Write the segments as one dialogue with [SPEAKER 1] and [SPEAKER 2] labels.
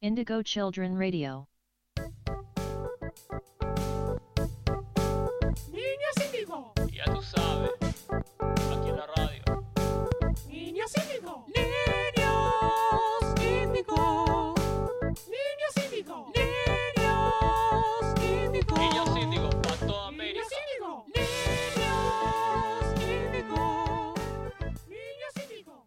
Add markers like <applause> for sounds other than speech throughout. [SPEAKER 1] Indigo Children Radio.
[SPEAKER 2] Niños índigo,
[SPEAKER 3] Ya tú sabes, aquí en la radio.
[SPEAKER 2] niños índigo,
[SPEAKER 4] Niños índigo,
[SPEAKER 2] niños índigo,
[SPEAKER 4] niños índigo,
[SPEAKER 3] Niños síndigo para toda
[SPEAKER 2] niños
[SPEAKER 3] América.
[SPEAKER 2] índigo,
[SPEAKER 4] niños índigo.
[SPEAKER 2] niños índigo.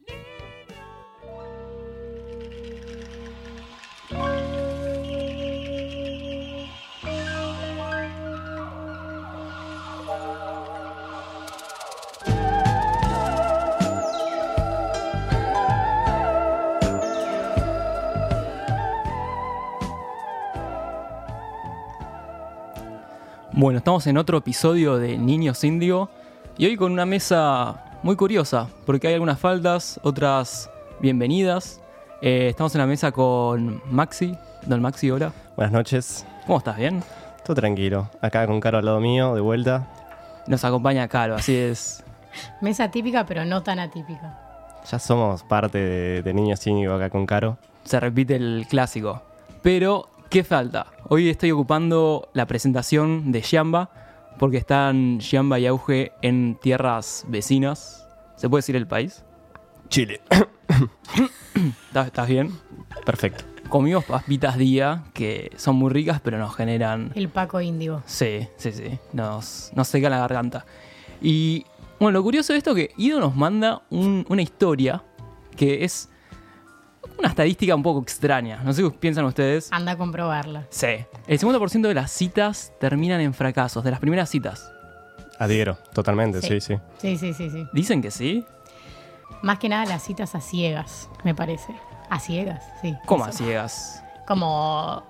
[SPEAKER 5] Bueno, estamos en otro episodio de Niños Índigo y hoy con una mesa muy curiosa, porque hay algunas faldas, otras bienvenidas. Eh, estamos en la mesa con Maxi. Don Maxi, hola.
[SPEAKER 6] Buenas noches.
[SPEAKER 5] ¿Cómo estás? ¿Bien?
[SPEAKER 6] Todo tranquilo. Acá con Caro al lado mío, de vuelta.
[SPEAKER 5] Nos acompaña Caro, así es.
[SPEAKER 7] Mesa atípica, pero no tan atípica.
[SPEAKER 6] Ya somos parte de, de Niños Cínico acá con Caro.
[SPEAKER 5] Se repite el clásico. Pero, ¿qué falta? Hoy estoy ocupando la presentación de Xiamba, porque están Xiamba y Auge en tierras vecinas. ¿Se puede decir el país?
[SPEAKER 6] Chile.
[SPEAKER 5] ¿Estás- estás bien?
[SPEAKER 6] <coughs> Perfecto.
[SPEAKER 5] Comimos papitas día, que son muy ricas, pero nos generan...
[SPEAKER 7] El Paco Índigo.
[SPEAKER 5] Sí, sí, sí, nos, nos seca la garganta. Y bueno, lo curioso de esto es que Ido nos manda un- una historia que es una estadística un poco extraña. No sé qué piensan ustedes.
[SPEAKER 7] Anda a comprobarla.
[SPEAKER 5] Sí. El 50% de las citas terminan en fracasos, de las primeras citas.
[SPEAKER 6] Adhiero, totalmente, sí, sí.
[SPEAKER 7] Sí, sí, sí, sí.
[SPEAKER 5] Dicen que sí.
[SPEAKER 7] Más que nada las citas a ciegas, me parece. A ciegas, sí.
[SPEAKER 5] ¿Cómo a
[SPEAKER 7] Eso.
[SPEAKER 5] ciegas?
[SPEAKER 7] Como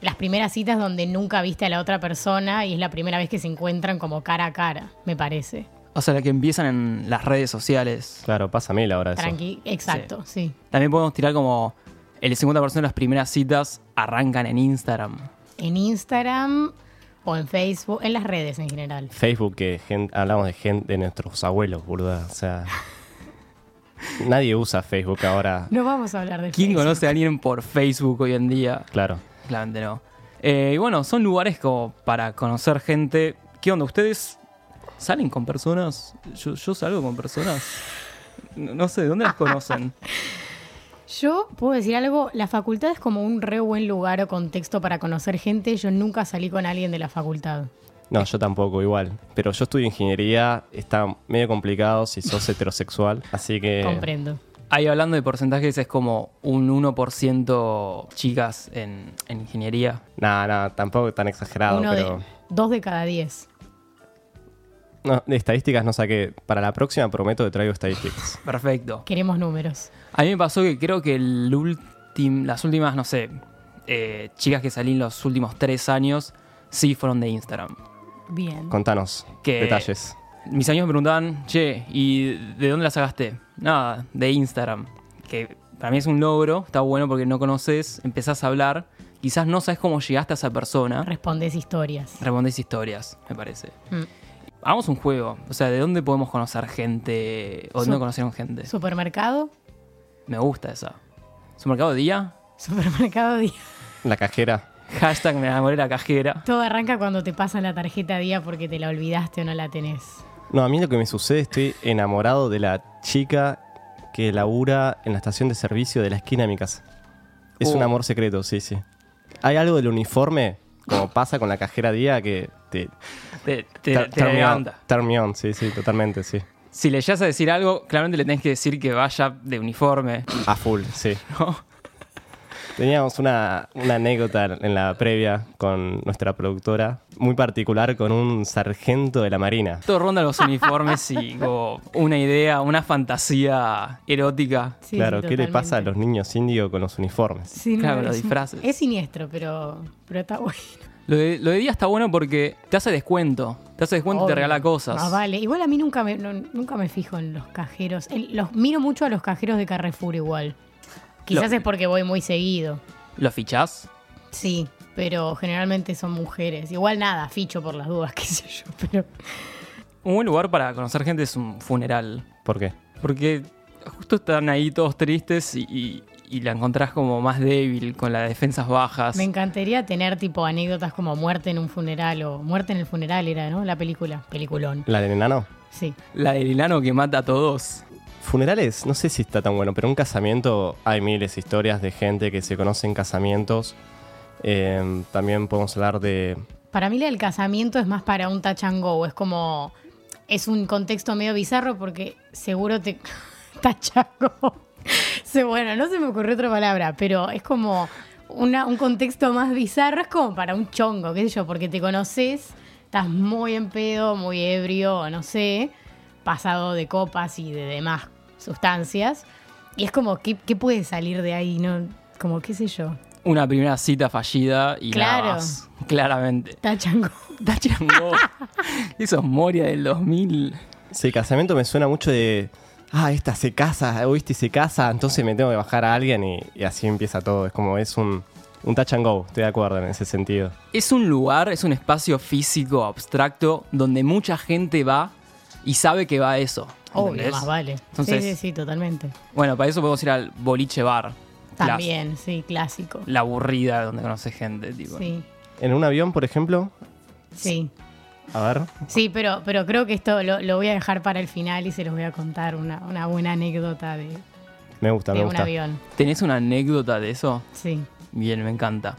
[SPEAKER 7] las primeras citas donde nunca viste a la otra persona y es la primera vez que se encuentran como cara a cara, me parece.
[SPEAKER 5] O sea, la que empiezan en las redes sociales.
[SPEAKER 6] Claro, pasa a mil ahora eso.
[SPEAKER 7] Tranqui, exacto, sí.
[SPEAKER 5] También podemos tirar como el 50% de las primeras citas arrancan en Instagram.
[SPEAKER 7] En Instagram o en Facebook, en las redes en general.
[SPEAKER 6] Facebook, que gen- hablamos de gente de nuestros abuelos, burda. O
[SPEAKER 7] <laughs>
[SPEAKER 6] sea. nadie usa Facebook ahora.
[SPEAKER 7] No vamos a hablar de
[SPEAKER 5] ¿Quién
[SPEAKER 7] Facebook.
[SPEAKER 5] conoce a alguien por Facebook hoy en día?
[SPEAKER 6] Claro.
[SPEAKER 5] Claramente no. Eh, y bueno, son lugares como para conocer gente. ¿Qué onda? ¿Ustedes salen con personas? Yo, yo salgo con personas. No, no sé, ¿de <laughs> dónde las conocen?
[SPEAKER 7] Yo puedo decir algo, la facultad es como un re buen lugar o contexto para conocer gente. Yo nunca salí con alguien de la facultad.
[SPEAKER 6] No, yo tampoco, igual. Pero yo estudio ingeniería, está medio complicado si
[SPEAKER 7] <laughs>
[SPEAKER 6] sos heterosexual. Así que.
[SPEAKER 7] Comprendo.
[SPEAKER 5] Ahí hablando de porcentajes, es como un 1% chicas en, en ingeniería.
[SPEAKER 6] Nada, nada, tampoco tan exagerado,
[SPEAKER 7] Uno
[SPEAKER 6] pero.
[SPEAKER 7] de dos de cada diez.
[SPEAKER 6] No, de estadísticas no saqué. Para la próxima prometo que traigo estadísticas.
[SPEAKER 5] Perfecto.
[SPEAKER 7] Queremos números.
[SPEAKER 5] A mí me pasó que creo que el ultim- las últimas, no sé, eh, chicas que salí en los últimos tres años, sí fueron de Instagram.
[SPEAKER 7] Bien.
[SPEAKER 6] Contanos
[SPEAKER 5] Que-
[SPEAKER 6] detalles.
[SPEAKER 5] Mis amigos me preguntaban, che, ¿y de dónde la sacaste? Nada, de Instagram. Que para mí es un logro, está bueno porque no conoces, empezás a hablar, quizás no sabes cómo llegaste a esa persona,
[SPEAKER 7] Respondes historias.
[SPEAKER 5] respondés historias, me parece.
[SPEAKER 7] Mm.
[SPEAKER 5] Hagamos un juego, o sea, ¿de dónde podemos conocer gente o dónde
[SPEAKER 7] Su-
[SPEAKER 5] conocieron gente?
[SPEAKER 7] Supermercado. <laughs>
[SPEAKER 5] Me gusta esa. ¿Supermercado de día?
[SPEAKER 7] Supermercado día.
[SPEAKER 6] La cajera.
[SPEAKER 5] Hashtag me enamoré de la cajera.
[SPEAKER 7] Todo arranca cuando te pasan la tarjeta día porque te la olvidaste o no la tenés.
[SPEAKER 6] No, a mí lo que me sucede, estoy enamorado de la chica que labura en la estación de servicio de la esquina de mi casa. Es un
[SPEAKER 5] Oh.
[SPEAKER 6] amor secreto, sí, sí. Hay algo del uniforme, como pasa con la cajera día, que te,
[SPEAKER 5] Te, te-
[SPEAKER 6] ter-
[SPEAKER 5] te
[SPEAKER 6] turn me on-
[SPEAKER 5] levanta.
[SPEAKER 6] turn me on, sí, sí, totalmente, sí.
[SPEAKER 5] Si le llegas a decir algo, claramente le tenés que decir que vaya de uniforme. <laughs>
[SPEAKER 6] A full, sí.
[SPEAKER 5] ¿no?
[SPEAKER 6] Teníamos una, una anécdota en la previa con nuestra productora, muy particular con un sargento de la Marina.
[SPEAKER 5] Todo ronda los uniformes
[SPEAKER 7] <laughs>
[SPEAKER 5] y como una idea, una fantasía erótica.
[SPEAKER 7] Sí,
[SPEAKER 6] claro,
[SPEAKER 7] sí,
[SPEAKER 6] ¿qué le pasa a
[SPEAKER 7] totalmente.
[SPEAKER 6] los niños indios con los uniformes?
[SPEAKER 7] Sí, no,
[SPEAKER 5] Claro, los
[SPEAKER 7] es un-
[SPEAKER 5] disfraces.
[SPEAKER 7] Es siniestro, pero, pero está <laughs> bueno.
[SPEAKER 5] Lo de, lo de día está bueno porque te hace descuento. Te hace descuento y te
[SPEAKER 7] Obvio.
[SPEAKER 5] regala cosas.
[SPEAKER 7] Más vale. Igual a mí nunca me, no- nunca me fijo en los cajeros. El- los miro mucho a los cajeros de Carrefour igual. Quizás
[SPEAKER 5] Lo-
[SPEAKER 7] es porque voy muy seguido.
[SPEAKER 5] ¿Lo fichás?
[SPEAKER 7] Sí, pero generalmente son mujeres. Igual nada, ficho por las dudas, <laughs> qué sé yo, pero
[SPEAKER 5] Un buen lugar para conocer gente es un funeral.
[SPEAKER 6] ¿Por qué?
[SPEAKER 5] Porque justo están ahí todos tristes y, y- y la encontrás como más débil, con las defensas bajas.
[SPEAKER 7] Me encantaría tener tipo anécdotas como muerte en un funeral o muerte en el funeral era, ¿no? La película. Peliculón.
[SPEAKER 6] La del enano.
[SPEAKER 7] Sí.
[SPEAKER 5] La del enano que mata a todos.
[SPEAKER 6] Funerales, no sé si está tan bueno, pero un casamiento hay miles de historias de gente que se conoce en casamientos. Eh, también podemos hablar de.
[SPEAKER 7] Para mí la del casamiento es más para un touch and go. Es como. Es un contexto medio bizarro porque seguro te. <laughs> touch and go. Sí, bueno, no se me ocurrió otra palabra, pero es como una- un contexto más bizarro. Es como para un chongo, qué sé yo, porque te conoces, estás muy en pedo, muy ebrio, no sé, pasado de copas y de demás sustancias. Y es como, ¿qué, qué puede salir de ahí? no Como, qué sé yo.
[SPEAKER 5] Una primera cita fallida y
[SPEAKER 7] Claro.
[SPEAKER 5] nada más. Claramente. <laughs>
[SPEAKER 7] Touch and go.
[SPEAKER 5] Dachangó. Eso es Moria del 2000.
[SPEAKER 6] Sí, casamiento me suena mucho de. Ah, esta se casa, oíste, se casa, entonces me tengo que bajar a alguien y, y así empieza todo. Es como, es un, un touch and go, estoy de acuerdo en ese sentido.
[SPEAKER 5] Es un lugar, es un espacio físico abstracto donde mucha gente va y sabe que va a eso.
[SPEAKER 7] Obvio,
[SPEAKER 5] ¿entendés?
[SPEAKER 7] más vale.
[SPEAKER 5] Entonces-
[SPEAKER 7] sí, sí, sí, totalmente.
[SPEAKER 5] Bueno, para eso podemos ir al boliche bar. Clas-
[SPEAKER 7] También, sí, clásico.
[SPEAKER 5] La aburrida donde conoces gente, tipo.
[SPEAKER 7] Sí,
[SPEAKER 6] En un avión, por ejemplo,
[SPEAKER 7] sí.
[SPEAKER 6] a ver,
[SPEAKER 7] Sí, pero, pero creo que esto lo, lo voy a dejar para el final y se los voy a contar una, una buena anécdota de,
[SPEAKER 6] me gusta,
[SPEAKER 7] de
[SPEAKER 6] me
[SPEAKER 7] un
[SPEAKER 6] gusta.
[SPEAKER 7] avión.
[SPEAKER 5] ¿Tenés una anécdota de eso?
[SPEAKER 7] Sí.
[SPEAKER 5] Bien, me encanta.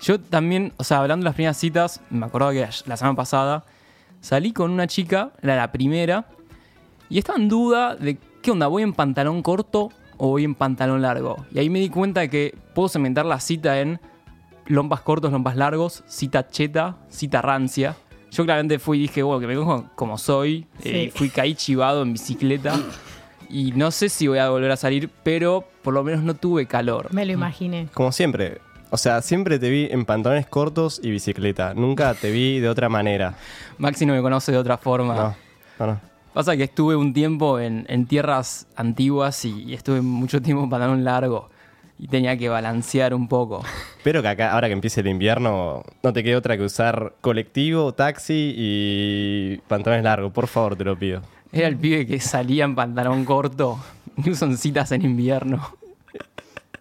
[SPEAKER 5] Yo también, o sea, hablando de las primeras citas, me acordaba que la semana pasada salí con una chica, era la primera, y estaba en duda de qué onda, ¿voy en pantalón corto o voy en pantalón largo? Y ahí me di cuenta de que puedo cementar la cita en lompas cortos, lompas largos, cita cheta, cita rancia. Yo claramente fui y dije, bueno, que me cojo como soy, eh,
[SPEAKER 7] Sí.
[SPEAKER 5] fui caí chivado en bicicleta. Y no sé si voy a volver a salir, pero por lo menos no tuve calor.
[SPEAKER 6] Mm.
[SPEAKER 7] Me lo imaginé.
[SPEAKER 6] Como siempre. O sea, siempre te vi en pantalones cortos y bicicleta. Nunca te vi de otra manera.
[SPEAKER 5] Maxi no me conoce de otra forma.
[SPEAKER 6] No, no, no.
[SPEAKER 5] Pasa que estuve un tiempo en, en tierras antiguas y, y estuve mucho tiempo en pantalón largo y tenía que balancear un poco.
[SPEAKER 6] Espero que acá, ahora que empiece el invierno, no te quede otra que usar colectivo, taxi y pantalones largos. Por favor, te lo pido.
[SPEAKER 5] Era el pibe que salía en pantalón corto. No son citas en invierno.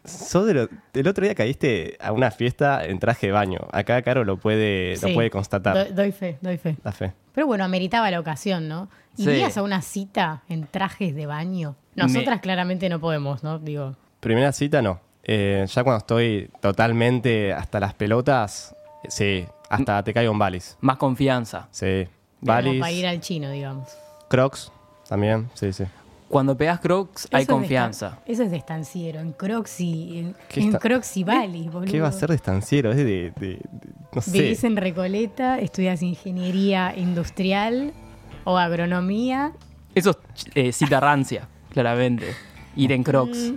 [SPEAKER 6] Sos de lo- el otro día caíste a una fiesta en traje de baño. Acá Caro lo puede,
[SPEAKER 7] Sí.
[SPEAKER 6] Eh, lo puede constatar.
[SPEAKER 7] Do- doy fe, doy fe.
[SPEAKER 6] La fe.
[SPEAKER 7] Pero bueno, ameritaba la ocasión, ¿no?
[SPEAKER 5] Sí.
[SPEAKER 7] ¿Irías a una cita en trajes de baño? Nosotras
[SPEAKER 5] Me-
[SPEAKER 7] claramente no podemos, ¿no? Digo,
[SPEAKER 6] Primera cita, no. Eh, ya cuando estoy totalmente hasta las pelotas, sí, hasta te caigo en balis.
[SPEAKER 5] Más confianza.
[SPEAKER 6] Sí.
[SPEAKER 7] como para ir
[SPEAKER 6] Balis,
[SPEAKER 7] al chino, digamos.
[SPEAKER 6] crocs, también, sí, sí.
[SPEAKER 5] Cuando pegas crocs hay
[SPEAKER 7] Eso es de
[SPEAKER 5] confianza.
[SPEAKER 7] estan- eso es de estanciero, en Crocs y, en,
[SPEAKER 6] ¿Qué
[SPEAKER 7] en
[SPEAKER 6] esta-
[SPEAKER 7] Crocs y Bali, boludo.
[SPEAKER 6] ¿Qué va a ser de estanciero? Es de, de- de- no sé.
[SPEAKER 7] Vivís en Recoleta, estudias ingeniería industrial o agronomía.
[SPEAKER 5] Eso es eh, cita rancia, claramente. Ir en
[SPEAKER 7] Mm.
[SPEAKER 5] crocs.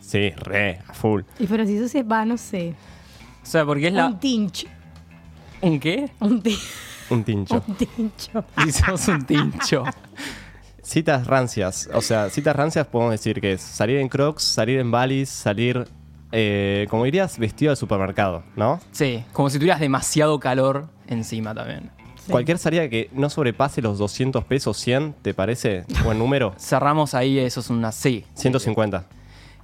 [SPEAKER 6] Sí, re, a full.
[SPEAKER 7] Y pero si sos, va, no sé,
[SPEAKER 5] O sea, porque es la...
[SPEAKER 7] un tinch.
[SPEAKER 5] ¿Un qué?
[SPEAKER 7] Un, ti-
[SPEAKER 6] Un tincho.
[SPEAKER 7] un tincho.
[SPEAKER 5] Si sos un tincho.
[SPEAKER 6] Citas rancias. O sea, citas rancias podemos decir que es salir en crocs, salir en balis, salir, eh, como dirías, vestido al supermercado, ¿no?
[SPEAKER 5] Sí, como si tuvieras demasiado calor encima también.
[SPEAKER 6] Cualquier salida que no sobrepase los 200 pesos, 100, ¿te parece? Buen número.
[SPEAKER 5] Cerramos ahí, eso es una sí.
[SPEAKER 6] 150.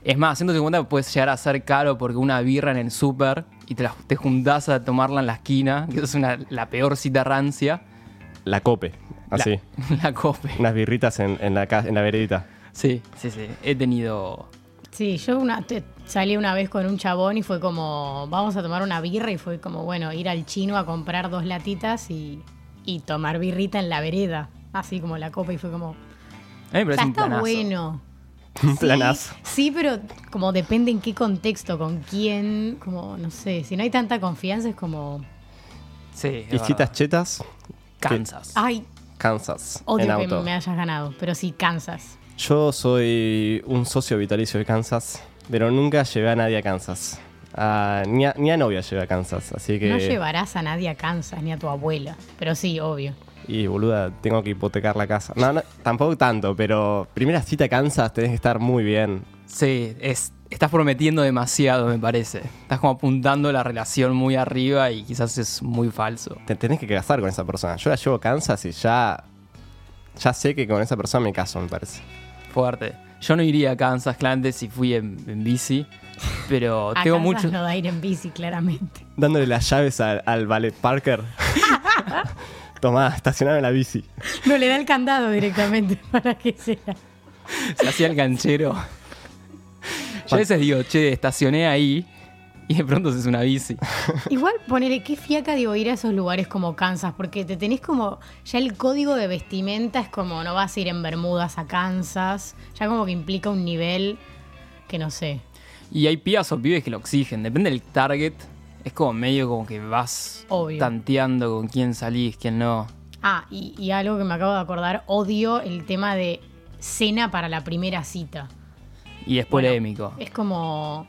[SPEAKER 5] Es más, 150 puedes llegar a ser caro porque una birra en el súper y te, la- te juntás a tomarla en la esquina, que eso es una, la peor cita rancia.
[SPEAKER 6] La cope.
[SPEAKER 5] La-
[SPEAKER 6] Así.
[SPEAKER 5] <laughs> La cope.
[SPEAKER 6] Unas birritas en, en la, ca- en la veredita.
[SPEAKER 5] Sí, sí, sí. He tenido.
[SPEAKER 7] Sí, yo una, te- salí una vez con un chabón y fue como, vamos a tomar una birra y fue como, bueno, ir al chino a comprar dos latitas y, y tomar birrita en la vereda, así como la copa y fue como,
[SPEAKER 5] A mí me parece
[SPEAKER 7] ya
[SPEAKER 5] un
[SPEAKER 7] está
[SPEAKER 5] planazo.
[SPEAKER 7] bueno.
[SPEAKER 6] <laughs> Un
[SPEAKER 7] Sí,
[SPEAKER 6] planazo.
[SPEAKER 7] Sí, pero como depende en qué contexto, con quién, como no sé, si no hay tanta confianza es como,
[SPEAKER 5] Sí. es
[SPEAKER 6] Y citas
[SPEAKER 5] verdad.
[SPEAKER 6] chetas,
[SPEAKER 5] Kansas.
[SPEAKER 7] ay,
[SPEAKER 6] Kansas. en
[SPEAKER 7] odio que
[SPEAKER 6] auto.
[SPEAKER 7] me hayas ganado, pero sí cansas.
[SPEAKER 6] Yo soy un socio vitalicio de Kansas, pero nunca llevé a nadie a Kansas. Ah, ni, a, ni a novia llevé a Kansas, así que...
[SPEAKER 7] No llevarás a nadie a Kansas ni a tu abuela, pero sí, obvio.
[SPEAKER 6] Y boluda, tengo que hipotecar la casa. No, no, tampoco tanto, pero primera cita a Kansas tenés que estar muy bien.
[SPEAKER 5] Sí, es, estás prometiendo demasiado, me parece. Estás como apuntando la relación muy arriba y quizás es muy falso.
[SPEAKER 6] Te tenés que casar con esa persona. Yo la llevo a Kansas y ya... Ya sé que con esa persona me caso, me parece.
[SPEAKER 5] Fuerte. Yo no iría a Kansas Clandes si fui en, en bici, pero
[SPEAKER 7] <laughs> A
[SPEAKER 5] tengo
[SPEAKER 7] Kansas
[SPEAKER 5] muchos...
[SPEAKER 7] no va a ir en bici, claramente. <laughs>
[SPEAKER 6] Dándole las llaves al, al ballet Parker. <laughs> Tomá, estacioname la bici.
[SPEAKER 7] No le da el candado directamente <laughs> para que sea.
[SPEAKER 5] Se hacía el ganchero. Yo a veces digo, che, estacioné ahí y de pronto se es una bici.
[SPEAKER 7] Igual ponerle qué fiaca digo ir a esos lugares como Kansas, porque te tenés como, ya el código de vestimenta es como no vas a ir en Bermudas a Kansas, ya como que implica un nivel que no sé.
[SPEAKER 5] Y hay pibas o pibes que lo exigen, depende del target. Es como medio como que vas
[SPEAKER 7] Obvio.
[SPEAKER 5] tanteando con quién salís, quién no.
[SPEAKER 7] Ah, y, y algo que me acabo de acordar, odio el tema de cena para la primera cita.
[SPEAKER 5] Y es polémico.
[SPEAKER 7] Es como,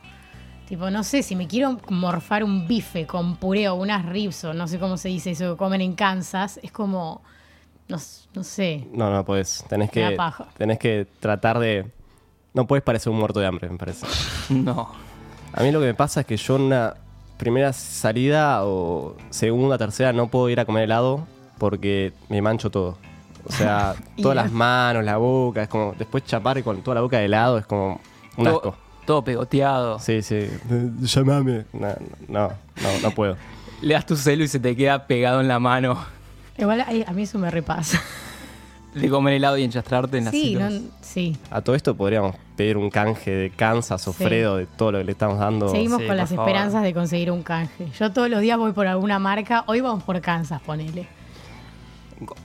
[SPEAKER 7] tipo, no sé, si me quiero morfar un bife con puré o unas ribs o no sé cómo se dice eso que comen en Kansas, es como, no, s- no sé.
[SPEAKER 6] No, no podés. Tenés
[SPEAKER 7] Me da
[SPEAKER 6] que,
[SPEAKER 7] paja.
[SPEAKER 6] tenés que tratar de. No puedes parecer un muerto de hambre, me parece.
[SPEAKER 5] <laughs> No.
[SPEAKER 6] A mí lo que me pasa es que yo en una primera salida o segunda, tercera no puedo ir a comer helado porque me mancho todo. O
[SPEAKER 7] <laughs>
[SPEAKER 6] sea,
[SPEAKER 7] Y
[SPEAKER 6] todas
[SPEAKER 7] la-
[SPEAKER 6] las manos, la boca, es como después chapar con toda la boca de helado es como un
[SPEAKER 5] To-
[SPEAKER 6] asco.
[SPEAKER 5] Todo pegoteado.
[SPEAKER 6] Sí, sí. Eh, Llamame. No, no, no, no puedo.
[SPEAKER 5] Le das tu celu y se te queda pegado en la mano.
[SPEAKER 7] Igual ay, a mí eso me repasa.
[SPEAKER 5] De comer helado y enchastrarte en las
[SPEAKER 7] Sí,
[SPEAKER 5] citas.
[SPEAKER 7] no- sí.
[SPEAKER 6] A todo esto podríamos pedir un canje de Kansas o
[SPEAKER 7] Sí.
[SPEAKER 6] Fredo de todo lo que le estamos dando.
[SPEAKER 7] Seguimos
[SPEAKER 5] Oh, sí, por
[SPEAKER 7] con las
[SPEAKER 5] favor.
[SPEAKER 7] esperanzas de conseguir un canje. Yo todos los días voy por alguna marca, hoy vamos por Kansas, ponele.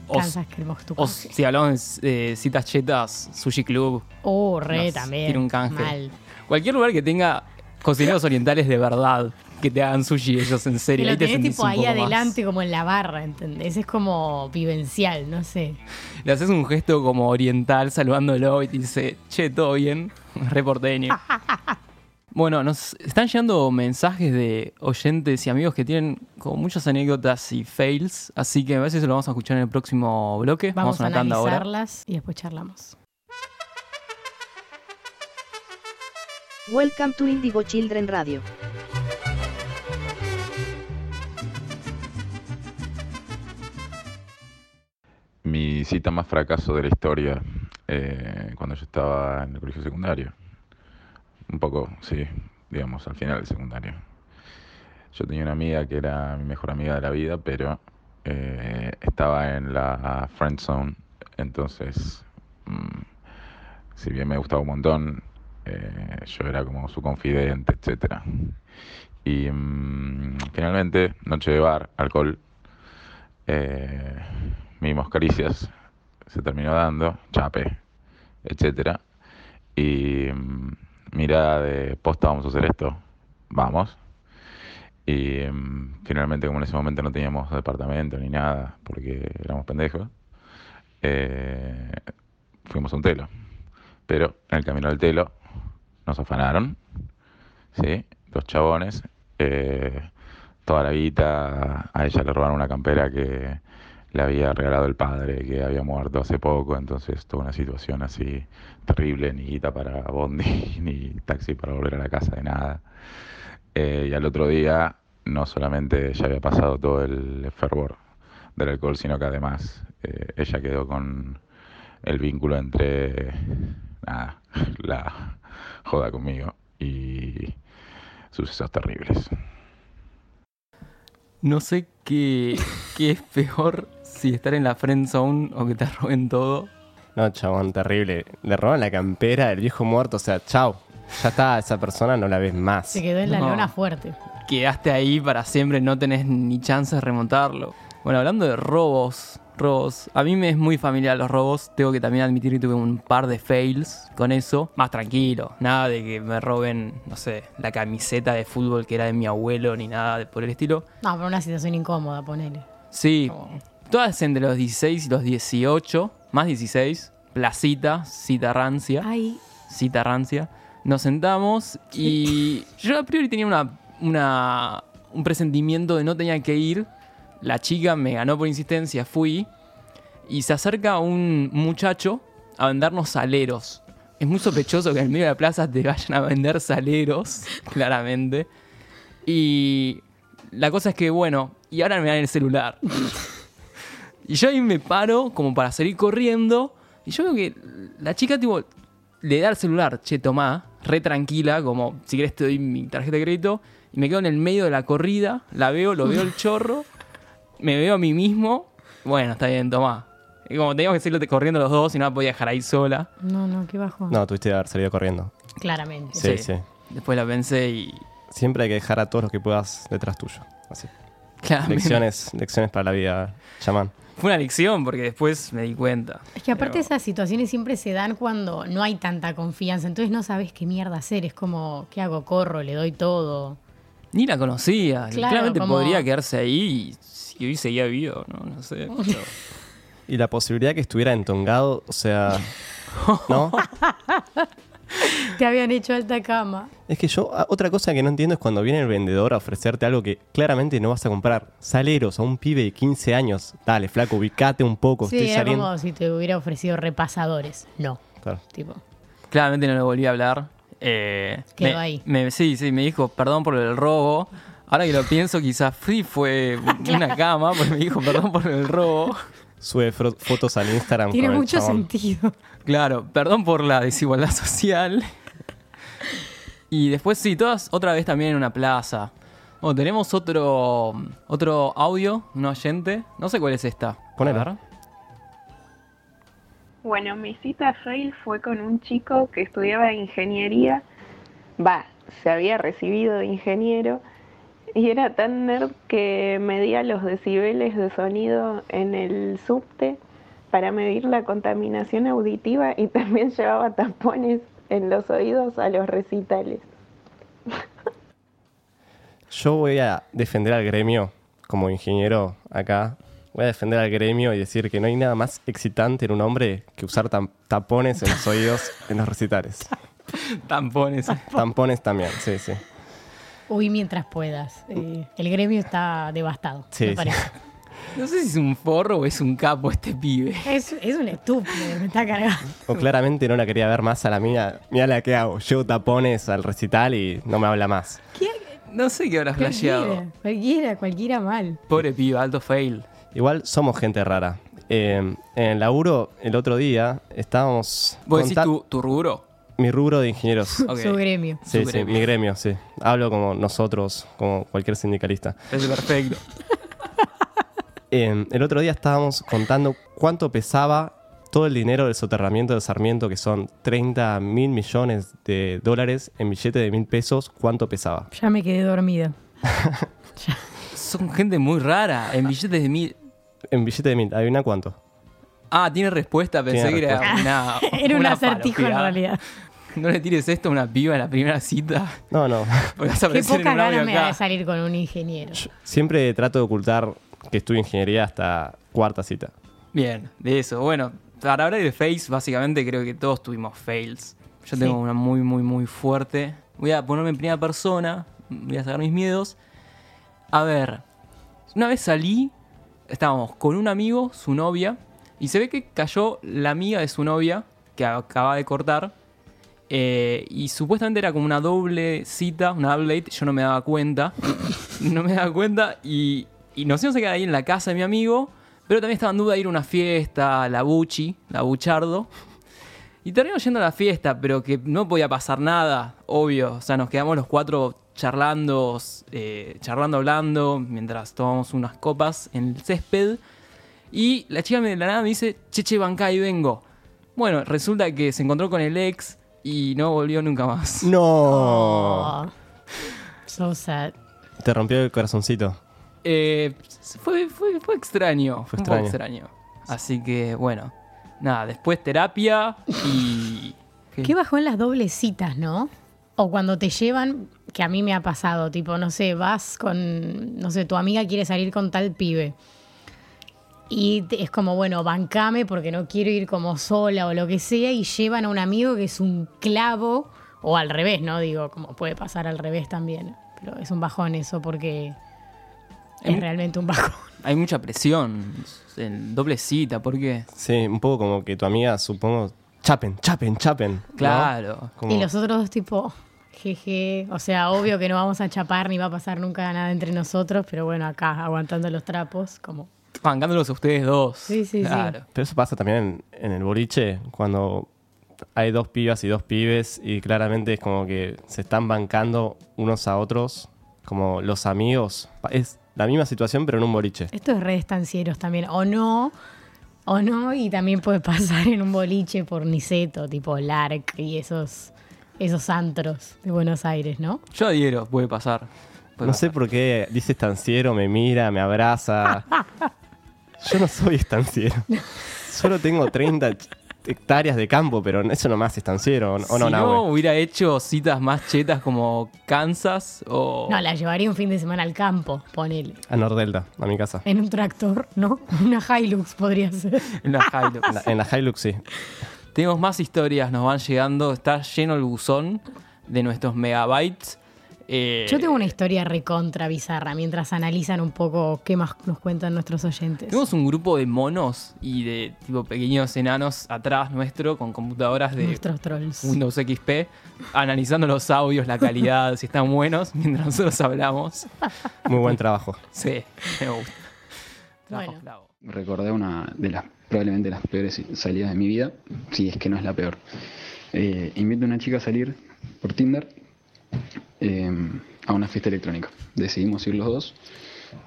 [SPEAKER 5] O-
[SPEAKER 7] Kansas queremos tu
[SPEAKER 5] O
[SPEAKER 7] canje.
[SPEAKER 5] si hablamos de eh, citas chetas, sushi club.
[SPEAKER 7] Oh, re
[SPEAKER 5] nos
[SPEAKER 7] también.
[SPEAKER 5] tira un canje.
[SPEAKER 7] Mal.
[SPEAKER 5] Cualquier lugar que tenga cocineros orientales de verdad, que te hagan sushi ellos en
[SPEAKER 7] Pero
[SPEAKER 5] serio.
[SPEAKER 7] lo
[SPEAKER 5] te
[SPEAKER 7] tenés
[SPEAKER 5] sentís
[SPEAKER 7] tipo
[SPEAKER 5] un
[SPEAKER 7] ahí
[SPEAKER 5] poco más.
[SPEAKER 7] adelante, como en la barra, ¿entendés? Es como vivencial, no sé.
[SPEAKER 5] Le haces un gesto como oriental saludándolo y te dice, che, todo bien, <laughs>
[SPEAKER 7] <laughs>
[SPEAKER 5] reporteño. Bueno, nos están llegando mensajes de oyentes y amigos que tienen como muchas anécdotas y fails, así que a veces lo vamos a escuchar en el próximo bloque.
[SPEAKER 7] Vamos, a
[SPEAKER 5] una tanda ahora.
[SPEAKER 7] analizarlas y después charlamos.
[SPEAKER 1] Welcome to Indigo Children Radio.
[SPEAKER 8] Mi cita más fracaso de la historia, eh, cuando yo estaba en el colegio secundario. Un poco, sí, digamos, al final del secundario. Yo tenía una amiga que era mi mejor amiga de la vida, pero eh, estaba en la friend zone. Entonces, mm, si bien me gustaba un montón, eh, yo era como su confidente, etcétera. Y mm, finalmente, noche de bar, alcohol, eh, mimos, caricias, se terminó dando, chape, etcétera. Y mm, mirada de posta, vamos a hacer esto, vamos. Y mm, finalmente, como en ese momento no teníamos departamento ni nada, porque éramos pendejos, eh, fuimos a un telo. Pero en el camino al telo nos afanaron, ¿sí? Dos chabones, eh, toda la guita, a ella le robaron una campera que le había regalado el padre, que había muerto hace poco, entonces toda una situación así terrible, ni guita para Bondi, <laughs> ni taxi para volver a la casa de nada. Eh, y al otro día, no solamente ya había pasado todo el fervor del alcohol, sino que además eh, ella quedó con el vínculo entre nada, <laughs> la joda conmigo y sucesos terribles.
[SPEAKER 5] No sé qué, qué es peor si estar en la friend zone o que te <laughs> roben todo.
[SPEAKER 6] No, chabón, terrible. Le roban la campera del viejo muerto, o sea, chao. Ya está, esa persona no la ves más.
[SPEAKER 7] Se quedó en la
[SPEAKER 5] No.
[SPEAKER 7] lona fuerte.
[SPEAKER 5] quedaste ahí para siempre, no tenés ni chances de remontarlo. Bueno, hablando de robos, robos, a mí me es muy familiar los robos, tengo que también admitir que tuve un par de fails con eso, más tranquilo, nada de que me roben, no sé, la camiseta de fútbol que era de mi abuelo ni nada de- por el estilo.
[SPEAKER 7] No, pero una situación incómoda, ponele.
[SPEAKER 5] Sí, todas entre los 16 y los 18, más 16, placita, cita rancia
[SPEAKER 7] Ay,
[SPEAKER 5] cita rancia. Nos sentamos y yo a priori tenía una, una- un presentimiento de no tenía que ir. La chica me ganó por insistencia, fui. Y se acerca un muchacho a vendernos saleros. Es muy sospechoso que en el medio de la plaza te vayan a vender saleros, <laughs> claramente. Y la cosa es que, bueno, y ahora me dan el
[SPEAKER 6] <laughs>
[SPEAKER 5] celular. Y yo ahí me paro como para salir corriendo. Y yo veo que la chica, tipo, le da el celular, che, tomá, re tranquila, como si querés te doy mi tarjeta de crédito, y me quedo en el medio de la corrida, la veo, lo veo
[SPEAKER 6] <laughs>
[SPEAKER 5] el chorro, me veo a mí mismo, bueno, está bien, tomá. Y como teníamos que seguir corriendo los dos y no la podía dejar ahí sola,
[SPEAKER 7] No, no, qué bajo.
[SPEAKER 6] No, tuviste que haber salido corriendo.
[SPEAKER 7] Claramente.
[SPEAKER 6] Sí,
[SPEAKER 5] Sí.
[SPEAKER 6] sí,
[SPEAKER 5] después la pensé y <laughs>
[SPEAKER 6] Siempre hay que dejar a todos los que puedas detrás tuyo. Así.
[SPEAKER 5] claramente
[SPEAKER 6] Lecciones, lecciones para la vida, chamán.
[SPEAKER 5] fue una lección porque después me di cuenta.
[SPEAKER 7] Es que aparte
[SPEAKER 5] Pero-
[SPEAKER 7] esas situaciones siempre se dan cuando no hay tanta confianza, entonces no sabes qué mierda hacer, es como, ¿qué hago? Corro, le doy todo.
[SPEAKER 5] Ni la conocía.
[SPEAKER 7] Claro,
[SPEAKER 5] Claramente
[SPEAKER 7] como-
[SPEAKER 5] podría quedarse ahí y si hoy seguía vivo, no, no sé. pero-
[SPEAKER 6] Y la posibilidad que estuviera entongado, o
[SPEAKER 7] <laughs>
[SPEAKER 6] sea. ¿No?
[SPEAKER 7] Te habían hecho alta cama.
[SPEAKER 6] Es que yo, ah, otra cosa que no entiendo es cuando viene el vendedor a ofrecerte algo que claramente no vas a comprar. Saleros a un pibe de 15 años. Dale, flaco, ubicate un poco.
[SPEAKER 7] Sí,
[SPEAKER 6] estoy
[SPEAKER 7] era
[SPEAKER 6] saliendo.
[SPEAKER 7] como si te hubiera ofrecido repasadores. No,
[SPEAKER 6] Claro.
[SPEAKER 7] tipo,
[SPEAKER 5] Claramente no le volví a hablar. Eh,
[SPEAKER 7] Quedó
[SPEAKER 5] me-
[SPEAKER 7] ahí.
[SPEAKER 5] me- sí, sí, me dijo, perdón por el robo. Ahora que lo pienso, quizás fui
[SPEAKER 7] <laughs>
[SPEAKER 5] fue una cama, porque me dijo, perdón por el robo.
[SPEAKER 6] Sube fro- fotos al Instagram.
[SPEAKER 7] tiene
[SPEAKER 6] con el
[SPEAKER 7] mucho
[SPEAKER 6] chabón.
[SPEAKER 7] sentido.
[SPEAKER 5] Claro, perdón por la desigualdad social. Y después sí, todas otra vez también en una plaza. Bueno, tenemos otro otro audio, un oyente. No sé cuál es esta.
[SPEAKER 6] Ponelo.
[SPEAKER 5] A ver.
[SPEAKER 9] Bueno, mi cita fail fue con un chico que estudiaba ingeniería, va, se había recibido de ingeniero y era tan nerd que medía los decibeles de sonido en el subte para medir la contaminación auditiva y también <laughs> llevaba tapones en los oídos a los recitales.
[SPEAKER 6] Yo voy a defender al gremio, como ingeniero acá. Voy a defender al gremio y decir que no hay nada más excitante en un hombre que usar tam- tapones en
[SPEAKER 7] <laughs>
[SPEAKER 6] los oídos en los recitales.
[SPEAKER 5] Tampones.
[SPEAKER 6] Tampones también, sí, sí.
[SPEAKER 7] Uy, mientras puedas. Eh, el gremio está devastado,
[SPEAKER 6] Sí,
[SPEAKER 7] me
[SPEAKER 6] sí.
[SPEAKER 7] parece.
[SPEAKER 5] No sé si es un forro o es un capo este pibe.
[SPEAKER 7] Es, es un estúpido, me está cargando.
[SPEAKER 6] O claramente no la quería ver más a la mía. Mira la que hago. Llevo tapones al recital y no me habla más.
[SPEAKER 5] No sé qué habrás flasheado.
[SPEAKER 7] Cualquiera, cualquiera, cualquiera mal.
[SPEAKER 5] Pobre pibe, alto fail.
[SPEAKER 6] Igual somos gente rara. Eh, en el laburo, el otro día, estábamos.
[SPEAKER 5] ¿Vos
[SPEAKER 6] con
[SPEAKER 5] decís
[SPEAKER 6] ta-
[SPEAKER 5] tu, tu rubro?
[SPEAKER 6] Mi rubro
[SPEAKER 5] <laughs>
[SPEAKER 6] de ingenieros.
[SPEAKER 5] Ok.
[SPEAKER 7] Su gremio.
[SPEAKER 5] Su
[SPEAKER 6] Sí, sí,
[SPEAKER 5] gremio.
[SPEAKER 6] mi gremio, sí. Hablo como nosotros, como cualquier sindicalista.
[SPEAKER 5] Es perfecto.
[SPEAKER 6] Eh, el otro día estábamos contando cuánto pesaba todo el dinero del soterramiento de Sarmiento, que son 30 mil millones de dólares en billete de mil pesos, cuánto pesaba.
[SPEAKER 7] Ya me quedé dormida.
[SPEAKER 6] <laughs>
[SPEAKER 5] Son gente muy rara. En billetes de mil.
[SPEAKER 6] En billete de mil, adivina cuánto.
[SPEAKER 5] Ah, tiene respuesta. Pensé
[SPEAKER 6] Tiene
[SPEAKER 5] que era una.
[SPEAKER 7] Ah, <laughs> Era un
[SPEAKER 5] una
[SPEAKER 7] acertijo en
[SPEAKER 5] palopeada.
[SPEAKER 7] realidad.
[SPEAKER 5] No le tires esto a una piba en la primera cita.
[SPEAKER 6] No, <laughs> no.
[SPEAKER 5] Porque vas a
[SPEAKER 7] Qué
[SPEAKER 5] aparecer en
[SPEAKER 7] poca
[SPEAKER 5] un audio
[SPEAKER 7] ganas me da
[SPEAKER 5] acá.
[SPEAKER 7] de salir con un ingeniero.
[SPEAKER 6] Siempre trato de ocultar que estudio ingeniería hasta cuarta cita.
[SPEAKER 5] Bien, de eso. Bueno, para hablar de fails, básicamente creo que todos tuvimos fails. Yo tengo una muy, muy, muy fuerte. Voy a ponerme en primera persona, voy a sacar mis miedos. A ver, una vez salí, estábamos con un amigo, su novia, y se ve que cayó la amiga de su novia, que acaba de cortar, eh, y supuestamente era como una doble cita, una double date, yo no me daba cuenta. <laughs> no me daba cuenta y, y nos íbamos a quedar ahí en la casa de mi amigo, pero también estaba en duda de ir a una fiesta, a la Buchi, la Buchardo. Y terminamos yendo a la fiesta, pero que no podía pasar nada, obvio. O sea, nos quedamos los cuatro charlando, eh, charlando, hablando, mientras tomábamos unas copas en el césped. Y la chica me de la nada me dice, che, che, bancá y vengo. Bueno, resulta que se encontró con el ex y no volvió nunca más. <laughs>
[SPEAKER 6] No.
[SPEAKER 7] Oh. So sad.
[SPEAKER 6] Te rompió el corazoncito.
[SPEAKER 5] Eh, fue, fue, fue extraño. Fue
[SPEAKER 6] Fue
[SPEAKER 5] extraño.
[SPEAKER 6] extraño.
[SPEAKER 5] extraño. Así que, bueno. Nada, después terapia y.
[SPEAKER 7] Qué bajó en las dobles citas, ¿no? O cuando te llevan, que a mí me ha pasado, tipo, no sé, vas con, no sé, tu amiga quiere salir con tal pibe. Y te- es como, bueno, bancame porque no quiero ir como sola o lo que sea, y llevan a un amigo que es un clavo, o al revés, ¿no? Digo, como puede pasar al revés también. Pero es un bajón eso porque es
[SPEAKER 5] Em-
[SPEAKER 7] realmente un bajón.
[SPEAKER 5] Hay mucha presión. en doble cita, ¿por qué?
[SPEAKER 6] Sí, un poco como que tu amiga, supongo, chapen, chapen, chapen. ¿no?
[SPEAKER 5] Claro.
[SPEAKER 6] Como-
[SPEAKER 7] Y los otros dos tipo, jeje, o sea, obvio que no vamos a chapar ni va a pasar nunca nada entre nosotros, pero bueno, acá aguantando los trapos, como...
[SPEAKER 5] Bancándolos a ustedes dos.
[SPEAKER 7] Sí, sí, sí.
[SPEAKER 5] claro.
[SPEAKER 6] Pero eso pasa también en, en el boliche, cuando hay dos pibas y dos pibes y claramente es como que se están bancando unos a otros, como los amigos. Pa- Es la misma situación pero en un boliche.
[SPEAKER 7] Esto es redes tancieros también, o no, o no, y también puede pasar en un boliche por Niceto, tipo Lark y esos, esos antros de Buenos Aires, ¿no?
[SPEAKER 5] Yo adhiero, puede pasar. Puede
[SPEAKER 6] No sé
[SPEAKER 5] pasar.
[SPEAKER 6] por qué dice estanciero, me mira,
[SPEAKER 5] <laughs>
[SPEAKER 6] me abraza. Yo no soy estanciero. Solo tengo 30 ch- hectáreas de campo, pero eso no más es estanciero, ¿o no,
[SPEAKER 5] si no,
[SPEAKER 6] Nahue?
[SPEAKER 5] hubiera hecho citas más chetas como Kansas o...
[SPEAKER 7] No, la llevaría un fin de semana al campo, ponele.
[SPEAKER 6] A Nordelta, a mi casa.
[SPEAKER 7] En un tractor, ¿no? <laughs> Una Hilux podría ser.
[SPEAKER 5] una Hilux.
[SPEAKER 6] <laughs> En la, en la Hilux sí.
[SPEAKER 5] Tenemos más historias, nos van llegando. Está lleno el buzón de nuestros megabytes. Eh,
[SPEAKER 7] Yo tengo una historia recontra bizarra mientras analizan un poco qué más nos cuentan nuestros oyentes.
[SPEAKER 5] Tenemos un grupo de monos y de tipo pequeños enanos atrás nuestro con computadoras de
[SPEAKER 7] Nuestros trolls.
[SPEAKER 5] Windows XP analizando los audios, la calidad, si están buenos mientras nosotros hablamos.
[SPEAKER 6] Muy buen trabajo.
[SPEAKER 5] Sí, me gusta. Trabajo
[SPEAKER 7] Bueno.
[SPEAKER 5] esclavo.
[SPEAKER 10] Recordé una de las, probablemente las peores salidas de mi vida, si es que no es la peor. Eh, invito a una chica a salir por Tinder eh, a una fiesta electrónica. Decidimos ir los dos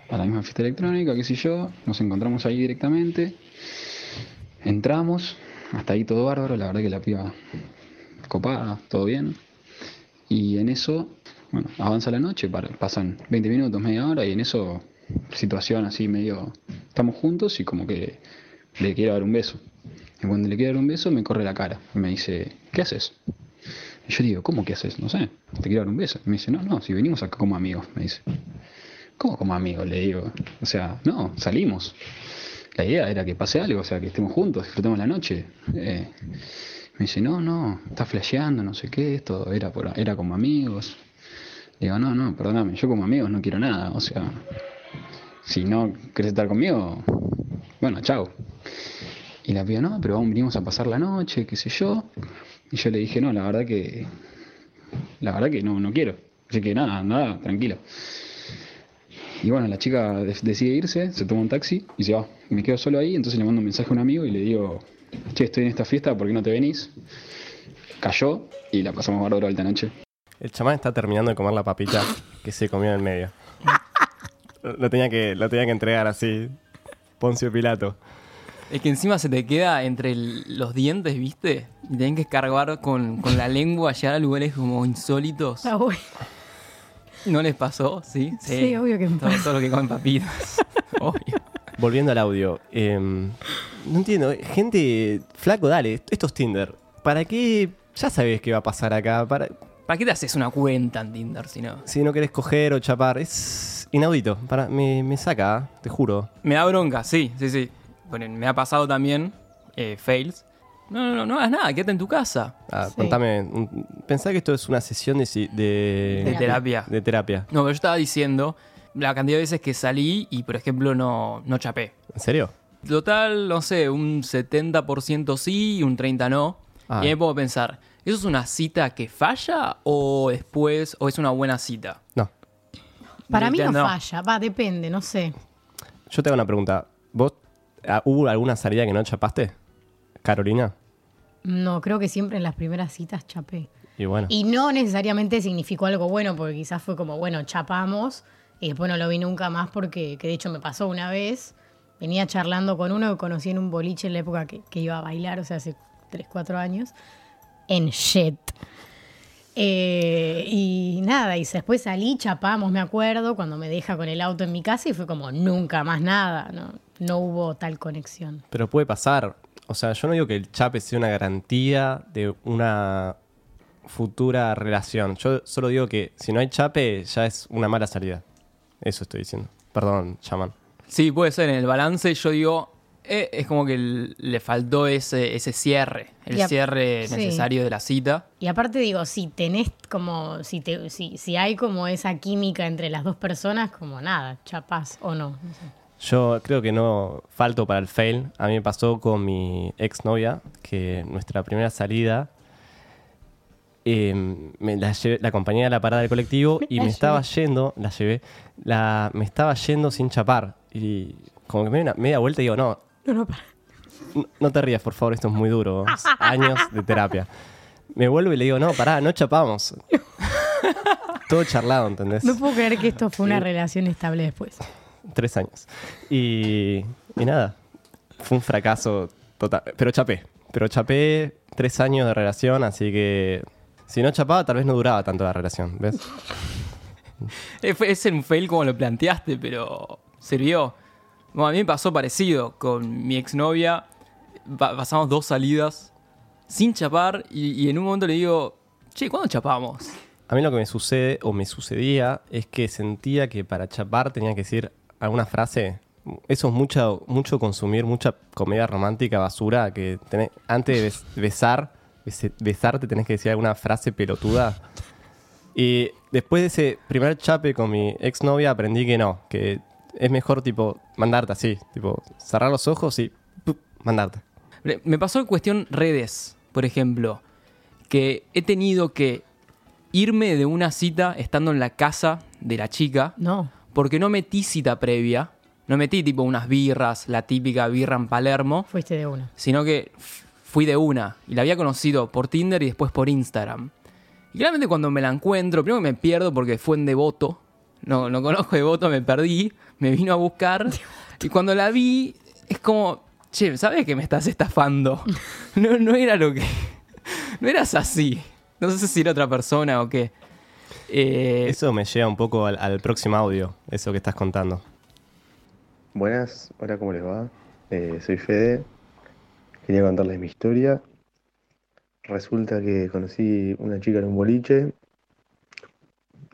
[SPEAKER 10] a la misma fiesta electrónica, qué sé yo, nos encontramos ahí directamente, entramos, hasta ahí todo bárbaro, la verdad que la piba copada, todo bien. Y en eso, bueno, avanza la noche, para- pasan 20 minutos, media hora, y en eso, situación así medio, estamos juntos y como que le quiero dar un beso. Y cuando le quiero dar un beso, me corre la cara y me dice, ¿qué haces? Y yo digo, ¿cómo que haces? No sé, te quiero dar un beso. Y me dice, no, no, si venimos acá como amigos, me dice. ¿Cómo como amigos? Le digo. O sea, no, salimos. La idea era que pase algo, o sea, que estemos juntos, disfrutemos la noche. Eh, me dice, no, no, está flasheando, no sé qué, esto era, por, era como amigos. Le digo, no, no, perdóname, yo como amigos no quiero nada, o sea, si no querés estar conmigo, bueno, chao. Y la piba, no, pero vamos, vinimos a pasar la noche, qué sé yo. Y yo le dije, no, la verdad que, la verdad que no, no quiero. Así que nada, nada, tranquilo. Y bueno, la chica de- decide irse, se toma un taxi y se va. Y me quedo solo ahí, entonces le mando un mensaje a un amigo y le digo, che, estoy en esta fiesta, ¿por qué no te venís? Cayó y la pasamos bárbaro alta noche.
[SPEAKER 6] El chamán está terminando de comer la papita que se comió en el medio. Lo tenía que, lo tenía que entregar así. Poncio Pilato.
[SPEAKER 5] Es que encima se te queda entre el- los dientes, ¿viste? Y tienen que escarbar con, con la lengua, llegar a lugares como insólitos.
[SPEAKER 7] Ah, bueno.
[SPEAKER 5] ¿No les pasó? Sí,
[SPEAKER 7] Sí, obvio que me
[SPEAKER 5] todo,
[SPEAKER 7] pasó.
[SPEAKER 5] todo lo que comen
[SPEAKER 7] <laughs>
[SPEAKER 5] papitas. obvio.
[SPEAKER 6] Volviendo al audio. em, no entiendo. Gente, flaco, dale. Esto es Tinder. ¿Para qué? Ya sabés qué va a pasar acá. Para,
[SPEAKER 5] ¿Para qué te haces una cuenta en Tinder si no?
[SPEAKER 6] si no querés coger o chapar. Es inaudito. Para, me, me saca, te juro.
[SPEAKER 5] Me da bronca, sí, sí, sí. Bueno, me ha pasado también, eh, fails. No, no, no, no hagas nada, quédate en tu casa.
[SPEAKER 6] Ah,
[SPEAKER 7] Sí.
[SPEAKER 6] Contame. un- Pensá que esto es una sesión de, si- de,
[SPEAKER 5] De terapia.
[SPEAKER 6] De terapia.
[SPEAKER 5] No, pero yo estaba diciendo la cantidad de veces que salí y, por ejemplo, no, no chapé.
[SPEAKER 6] ¿En serio?
[SPEAKER 5] Total, no sé, un 70% sí y un 30% no.
[SPEAKER 6] Ah.
[SPEAKER 5] Y ahí me puedo pensar, ¿eso es una cita que falla o después, o es una buena cita?
[SPEAKER 6] No.
[SPEAKER 7] Para mí no,
[SPEAKER 5] No.
[SPEAKER 7] falla, va, depende, no sé.
[SPEAKER 6] Yo te hago una pregunta. ¿Vos ah, hubo alguna salida que no chapaste? Carolina.
[SPEAKER 7] No, creo que siempre en las primeras citas chapé.
[SPEAKER 6] Y bueno.
[SPEAKER 7] Y no necesariamente significó algo bueno, porque quizás fue como, bueno, chapamos y después no lo vi nunca más porque, que de hecho me pasó una vez, venía charlando con uno que conocí en un boliche en la época que, que iba a bailar, o sea, hace 3, 4 años, en Jet. Eh, y nada, y después salí, chapamos, me acuerdo, cuando me deja con el auto en mi casa y fue como, nunca más nada, no, no hubo tal conexión.
[SPEAKER 6] Pero puede pasar. O sea, yo no digo que el chape sea una garantía de una futura relación. Yo solo digo que si no hay chape, ya es una mala salida. Eso estoy diciendo. Perdón, chamán.
[SPEAKER 5] Sí, puede ser, en el balance yo digo, eh, es como que l- le faltó ese, ese cierre, el
[SPEAKER 7] Y a-
[SPEAKER 5] cierre
[SPEAKER 7] sí.
[SPEAKER 5] necesario de la cita.
[SPEAKER 7] Y aparte digo, si tenés como, si, te, si, si hay como esa química entre las dos personas, como nada, chapás o no. no sé.
[SPEAKER 6] Yo creo que no falto para el fail. A mí me pasó con mi exnovia, que nuestra primera salida eh, me la, llevé- la acompañé a la parada del
[SPEAKER 7] <laughs>
[SPEAKER 6] colectivo y
[SPEAKER 7] La
[SPEAKER 6] me estaba yendo, la llevé, la, me estaba yendo sin chapar. Y como que me di una media vuelta y digo, no,
[SPEAKER 7] No, no, para.
[SPEAKER 6] "No- no te rías, por favor, esto es muy duro.
[SPEAKER 7] <laughs>
[SPEAKER 6] es Años de terapia. Me vuelvo y le digo, no, pará, no
[SPEAKER 7] <laughs>
[SPEAKER 6] chapamos. Todo charlado, ¿entendés?
[SPEAKER 7] No puedo creer que esto fue una relación estable después.
[SPEAKER 6] Tres años. Y, y nada, fue un fracaso total. Pero chapé, pero chapé tres años de relación, así que si no chapaba tal vez no duraba tanto la relación, ¿ves?
[SPEAKER 5] Eh, fue- Es un fail como lo planteaste, pero sirvió. Bueno, a mí me pasó parecido con mi exnovia. Pa- pasamos dos salidas sin chapar y, y en un momento le digo, che, ¿cuándo chapamos?
[SPEAKER 6] A mí lo que me sucede o me sucedía es que sentía que para chapar tenía que decir alguna frase. Eso es mucho, mucho consumir, mucha comedia romántica basura que tenés- antes de bes- besar, bese- besarte tenés que decir alguna frase pelotuda. Y después de ese primer chape con mi exnovia aprendí que no, que es mejor tipo mandarte así, tipo cerrar los ojos y ¡pup! mandarte.
[SPEAKER 5] Me- Me pasó en cuestión redes, por ejemplo, que he tenido que irme de una cita estando en la casa de la chica
[SPEAKER 7] No.
[SPEAKER 5] porque no metí cita previa. No metí tipo unas birras, la típica birra en Palermo.
[SPEAKER 7] Fuiste de una.
[SPEAKER 5] sino que f- fui de una y la había conocido por Tinder y después por Instagram. Y claramente cuando me la encuentro, primero que me pierdo porque fue en Devoto, no, no conozco Devoto, me perdí, me vino a buscar y cuando la vi es como, che, ¿sabes que me estás estafando? No, no era lo que... No eras así. No sé si era otra persona o qué. Eh,
[SPEAKER 6] Eso me lleva un poco al, al próximo audio, eso que estás contando.
[SPEAKER 11] Buenas, hola, ¿cómo les va? Eh, soy Fede. Quería contarles mi historia. Resulta que conocí una chica en un boliche.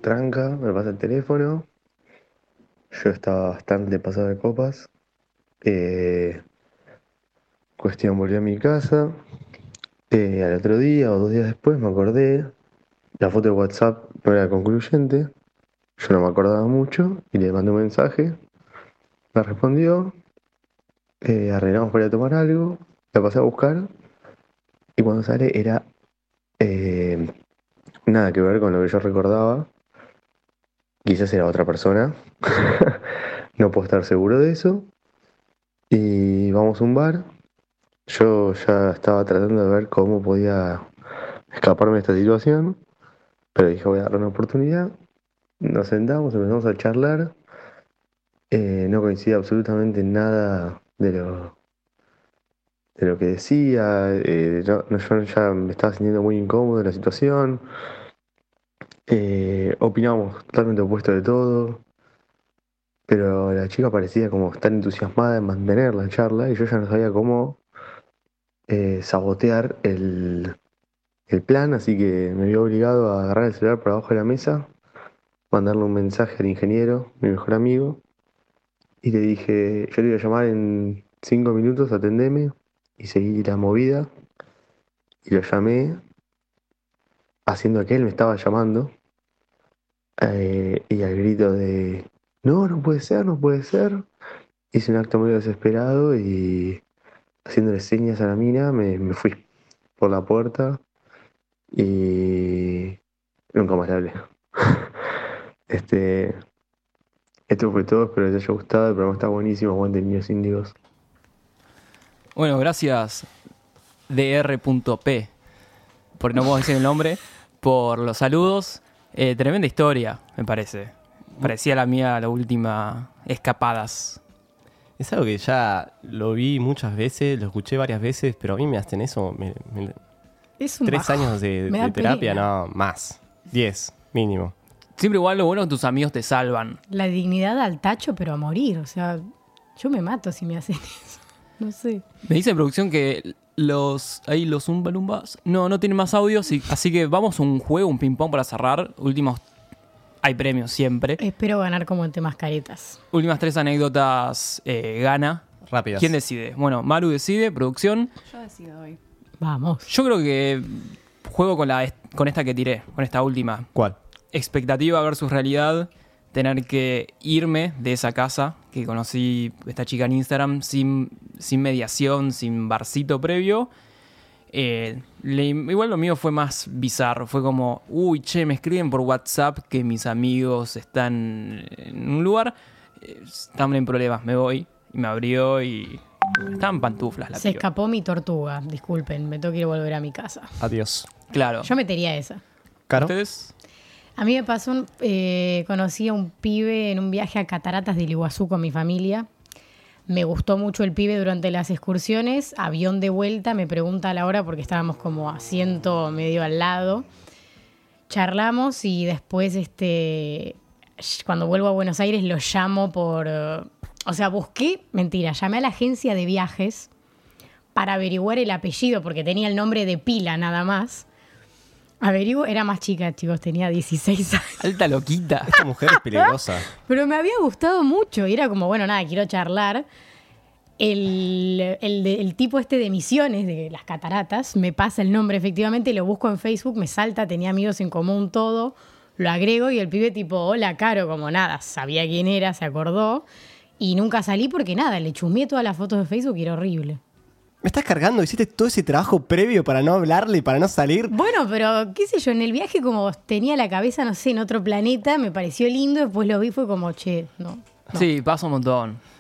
[SPEAKER 11] Tranca, me pasa el teléfono. Yo estaba bastante pasado de copas. Eh, cuestión, volví a mi casa. Eh, al otro día o dos días después me acordé. La foto de WhatsApp no era concluyente. Yo no me acordaba mucho y le mandé un mensaje. Me respondió, eh, arreglamos para ir a tomar algo, la pasé a buscar y cuando sale era eh, nada que ver con lo que yo recordaba. Quizás era otra persona, <laughs> no puedo estar seguro de eso. Y vamos a un bar. Yo ya estaba tratando de ver cómo podía escaparme de esta situación, pero dije voy a darle una oportunidad. Nos sentamos, empezamos a charlar eh, no coincide absolutamente nada de lo, de lo que decía. eh, yo, no- yo ya me estaba sintiendo muy incómodo en la situación. eh, opinábamos totalmente opuesto de todo. Pero la chica parecía como estar entusiasmada en mantener la charla y yo ya no sabía cómo eh, sabotear el, el plan, así que me vi obligado a agarrar el celular por abajo de la mesa, mandarle un mensaje al ingeniero, mi mejor amigo, y le dije, yo te voy a llamar en cinco minutos, atendeme. Y seguí la movida. Y lo llamé, haciendo que él me estaba llamando. Eh, y al grito de, no, no puede ser, no puede ser. Hice un acto medio desesperado y haciéndole señas a la mina, me, me fui por la puerta y nunca más le hablé. <laughs> este, esto fue todo, espero les haya gustado. El programa está buenísimo. Aguanten niños índigos.
[SPEAKER 5] Bueno, gracias dr.p, porque no puedo decir el nombre, por los saludos. Eh, tremenda historia, me parece. Parecía la mía la última escapadas.
[SPEAKER 6] Es algo que ya lo vi muchas veces, lo escuché varias veces, pero a mí me hacen eso. me- me-
[SPEAKER 7] Es un
[SPEAKER 6] tres
[SPEAKER 7] bajo.
[SPEAKER 6] años de,
[SPEAKER 7] Me da
[SPEAKER 6] de terapia,
[SPEAKER 7] pena.
[SPEAKER 6] no, más. Diez, mínimo.
[SPEAKER 5] Siempre igual lo bueno es que tus amigos te salvan.
[SPEAKER 7] La dignidad al tacho, pero a morir. O sea, yo me mato si me hacen <laughs> eso. No sé.
[SPEAKER 5] Me dice en producción que los. Ahí los umbalumbas. No, no tienen más audios, y- así que vamos a un juego, un ping-pong para cerrar. Últimos. Hay premios siempre.
[SPEAKER 7] Espero ganar como en temas caretas.
[SPEAKER 5] Últimas tres anécdotas eh, gana.
[SPEAKER 6] Rápidas.
[SPEAKER 5] ¿Quién decide? Bueno, Maru decide, producción.
[SPEAKER 12] Yo decido hoy.
[SPEAKER 7] Vamos.
[SPEAKER 5] Yo creo que juego con, la, con esta que tiré, con esta última.
[SPEAKER 6] ¿Cuál?
[SPEAKER 5] Expectativa versus realidad. Tener que irme de esa casa que conocí esta chica en Instagram sin, sin mediación, sin barcito previo. Eh, le- igual lo mío fue más bizarro. Fue como, uy, che, me escriben por WhatsApp que mis amigos están en un lugar. eh, Están en problemas, me voy. Y me abrió y Estaban pantuflas la
[SPEAKER 7] Se
[SPEAKER 5] piba.
[SPEAKER 7] escapó mi tortuga, disculpen, me tengo que ir a volver a mi casa.
[SPEAKER 6] Adiós.
[SPEAKER 5] Claro.
[SPEAKER 7] Yo metería esa.
[SPEAKER 6] Caro.
[SPEAKER 5] ¿Ustedes?
[SPEAKER 7] A mí me pasó, un- eh, conocí a un pibe en un viaje a Cataratas del Iguazú con mi familia. Me gustó mucho el pibe durante las excursiones, avión de vuelta, me pregunta a la hora porque estábamos como asiento medio al lado. Charlamos y después, este, sh- cuando vuelvo a Buenos Aires, lo llamo por... eh, O sea, busqué, mentira, llamé a la agencia de viajes para averiguar el apellido porque tenía el nombre de pila nada más. Averiguo, era más chica, chicos, tenía 16 <laughs> años.
[SPEAKER 5] Alta loquita.
[SPEAKER 6] Esta mujer es peligrosa.
[SPEAKER 7] Pero me había gustado mucho y era como, bueno, nada, quiero charlar. El, el de- el tipo este de misiones de las cataratas me pasa el nombre, efectivamente, lo busco en Facebook, me salta, tenía amigos en común, todo, lo agrego y el pibe tipo, hola, Caro, como nada, sabía quién era, se acordó. Y nunca salí porque nada, le chusmeé todas las fotos de Facebook y era horrible.
[SPEAKER 6] Me estás cargando, hiciste todo ese trabajo previo para no hablarle, para no salir.
[SPEAKER 7] Bueno, pero qué sé yo, en el viaje como tenía la cabeza, no sé, en otro planeta, me pareció lindo, después lo vi, fue como, che, no.
[SPEAKER 5] <laughs> Sí, pasa un montón.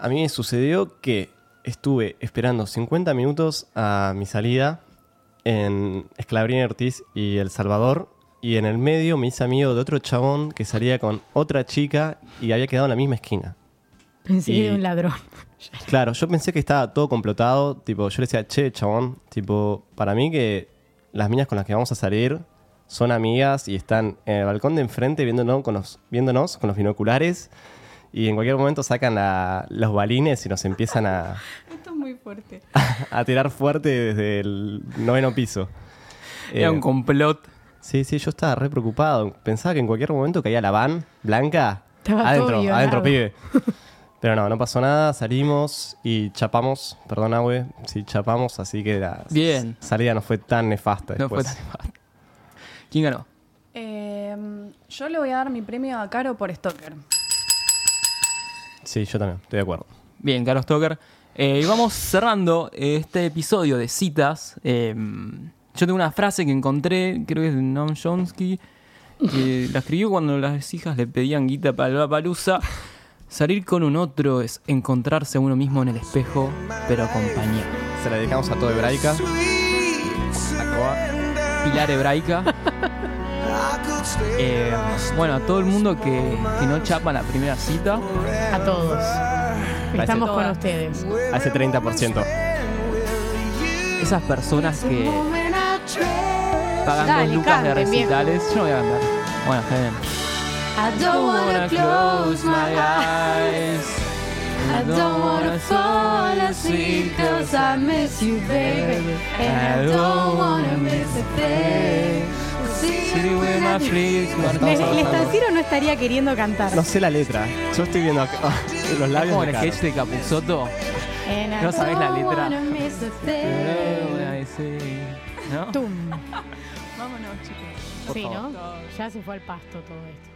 [SPEAKER 6] A mí me sucedió que estuve esperando 50 minutos a mi salida en Escalabrín Ortiz y El Salvador. Y en el medio me hice amigo de otro chabón que salía con otra chica y había quedado en la misma esquina.
[SPEAKER 7] Pensé que era
[SPEAKER 6] Y-
[SPEAKER 7] un ladrón.
[SPEAKER 4] <laughs>
[SPEAKER 6] Claro, yo pensé que estaba todo complotado. Tipo, yo le decía, che, chabón, tipo, para mí que las minas con las que vamos a salir son amigas y están en el balcón de enfrente viéndonos con los, viéndonos con los binoculares. Y en cualquier momento sacan la- los balines y nos empiezan a,
[SPEAKER 4] Esto es muy fuerte.
[SPEAKER 6] <laughs> a tirar fuerte desde el noveno piso. Eh,
[SPEAKER 5] Era un complot.
[SPEAKER 6] sí, sí, yo estaba re preocupado. Pensaba que en cualquier momento caía la van blanca.
[SPEAKER 7] Estaba todo
[SPEAKER 6] adentro,
[SPEAKER 7] violado.
[SPEAKER 6] adentro, pibe. <laughs> Pero no, no pasó nada, salimos y chapamos, perdón, Abue, sí, chapamos, así que la
[SPEAKER 5] Bien.
[SPEAKER 6] s- salida no fue tan nefasta
[SPEAKER 5] No fue
[SPEAKER 6] después.
[SPEAKER 5] tan mal. ¿Quién ganó?
[SPEAKER 4] Em, yo le voy a dar mi premio a Caro por Stalker.
[SPEAKER 6] Sí, yo también, estoy de acuerdo.
[SPEAKER 5] Bien, Carlos Toker. Eh, y vamos cerrando eh, este episodio de citas. Eh, yo tengo una frase que encontré, creo que es de Noam Chomsky, <laughs> que la escribió cuando las hijas le pedían guita para la palusa. Salir con un otro es encontrarse a uno mismo en el espejo, pero acompañado.
[SPEAKER 6] Se la dedicamos a todo hebraica. A Coa.
[SPEAKER 5] Pilar hebraica. Eh, bueno, a todo el mundo que, que no chapa la primera cita.
[SPEAKER 7] A todos. Estamos con
[SPEAKER 4] Todas.
[SPEAKER 7] ustedes.
[SPEAKER 6] A ese 30%.
[SPEAKER 5] Esas personas que pagan
[SPEAKER 7] Dale,
[SPEAKER 5] dos lucas de
[SPEAKER 7] canten, viejo.
[SPEAKER 5] recitales. Yo no voy a cantar. Bueno, está bien.
[SPEAKER 7] I
[SPEAKER 5] don't wanna close my eyes. I don't wanna fall asleep 'cause I miss you, baby. And I don't wanna miss a thing. See where my fleas wanna
[SPEAKER 7] El,
[SPEAKER 5] go.
[SPEAKER 7] el estanciero no estaría queriendo cantar.
[SPEAKER 6] No sé la letra, yo estoy viendo acá, Ah, los
[SPEAKER 5] <laughs> Es
[SPEAKER 6] labios
[SPEAKER 5] como
[SPEAKER 6] de
[SPEAKER 5] el
[SPEAKER 6] Caro.
[SPEAKER 5] sketch de Capuzotto.
[SPEAKER 7] And I
[SPEAKER 5] no sabés la
[SPEAKER 7] don't
[SPEAKER 5] letra.
[SPEAKER 7] wanna miss a thing.
[SPEAKER 5] ¿No?
[SPEAKER 7] Tum.
[SPEAKER 4] Vámonos, chicos.
[SPEAKER 7] Sí, ¿no? Ya se fue al pasto todo esto.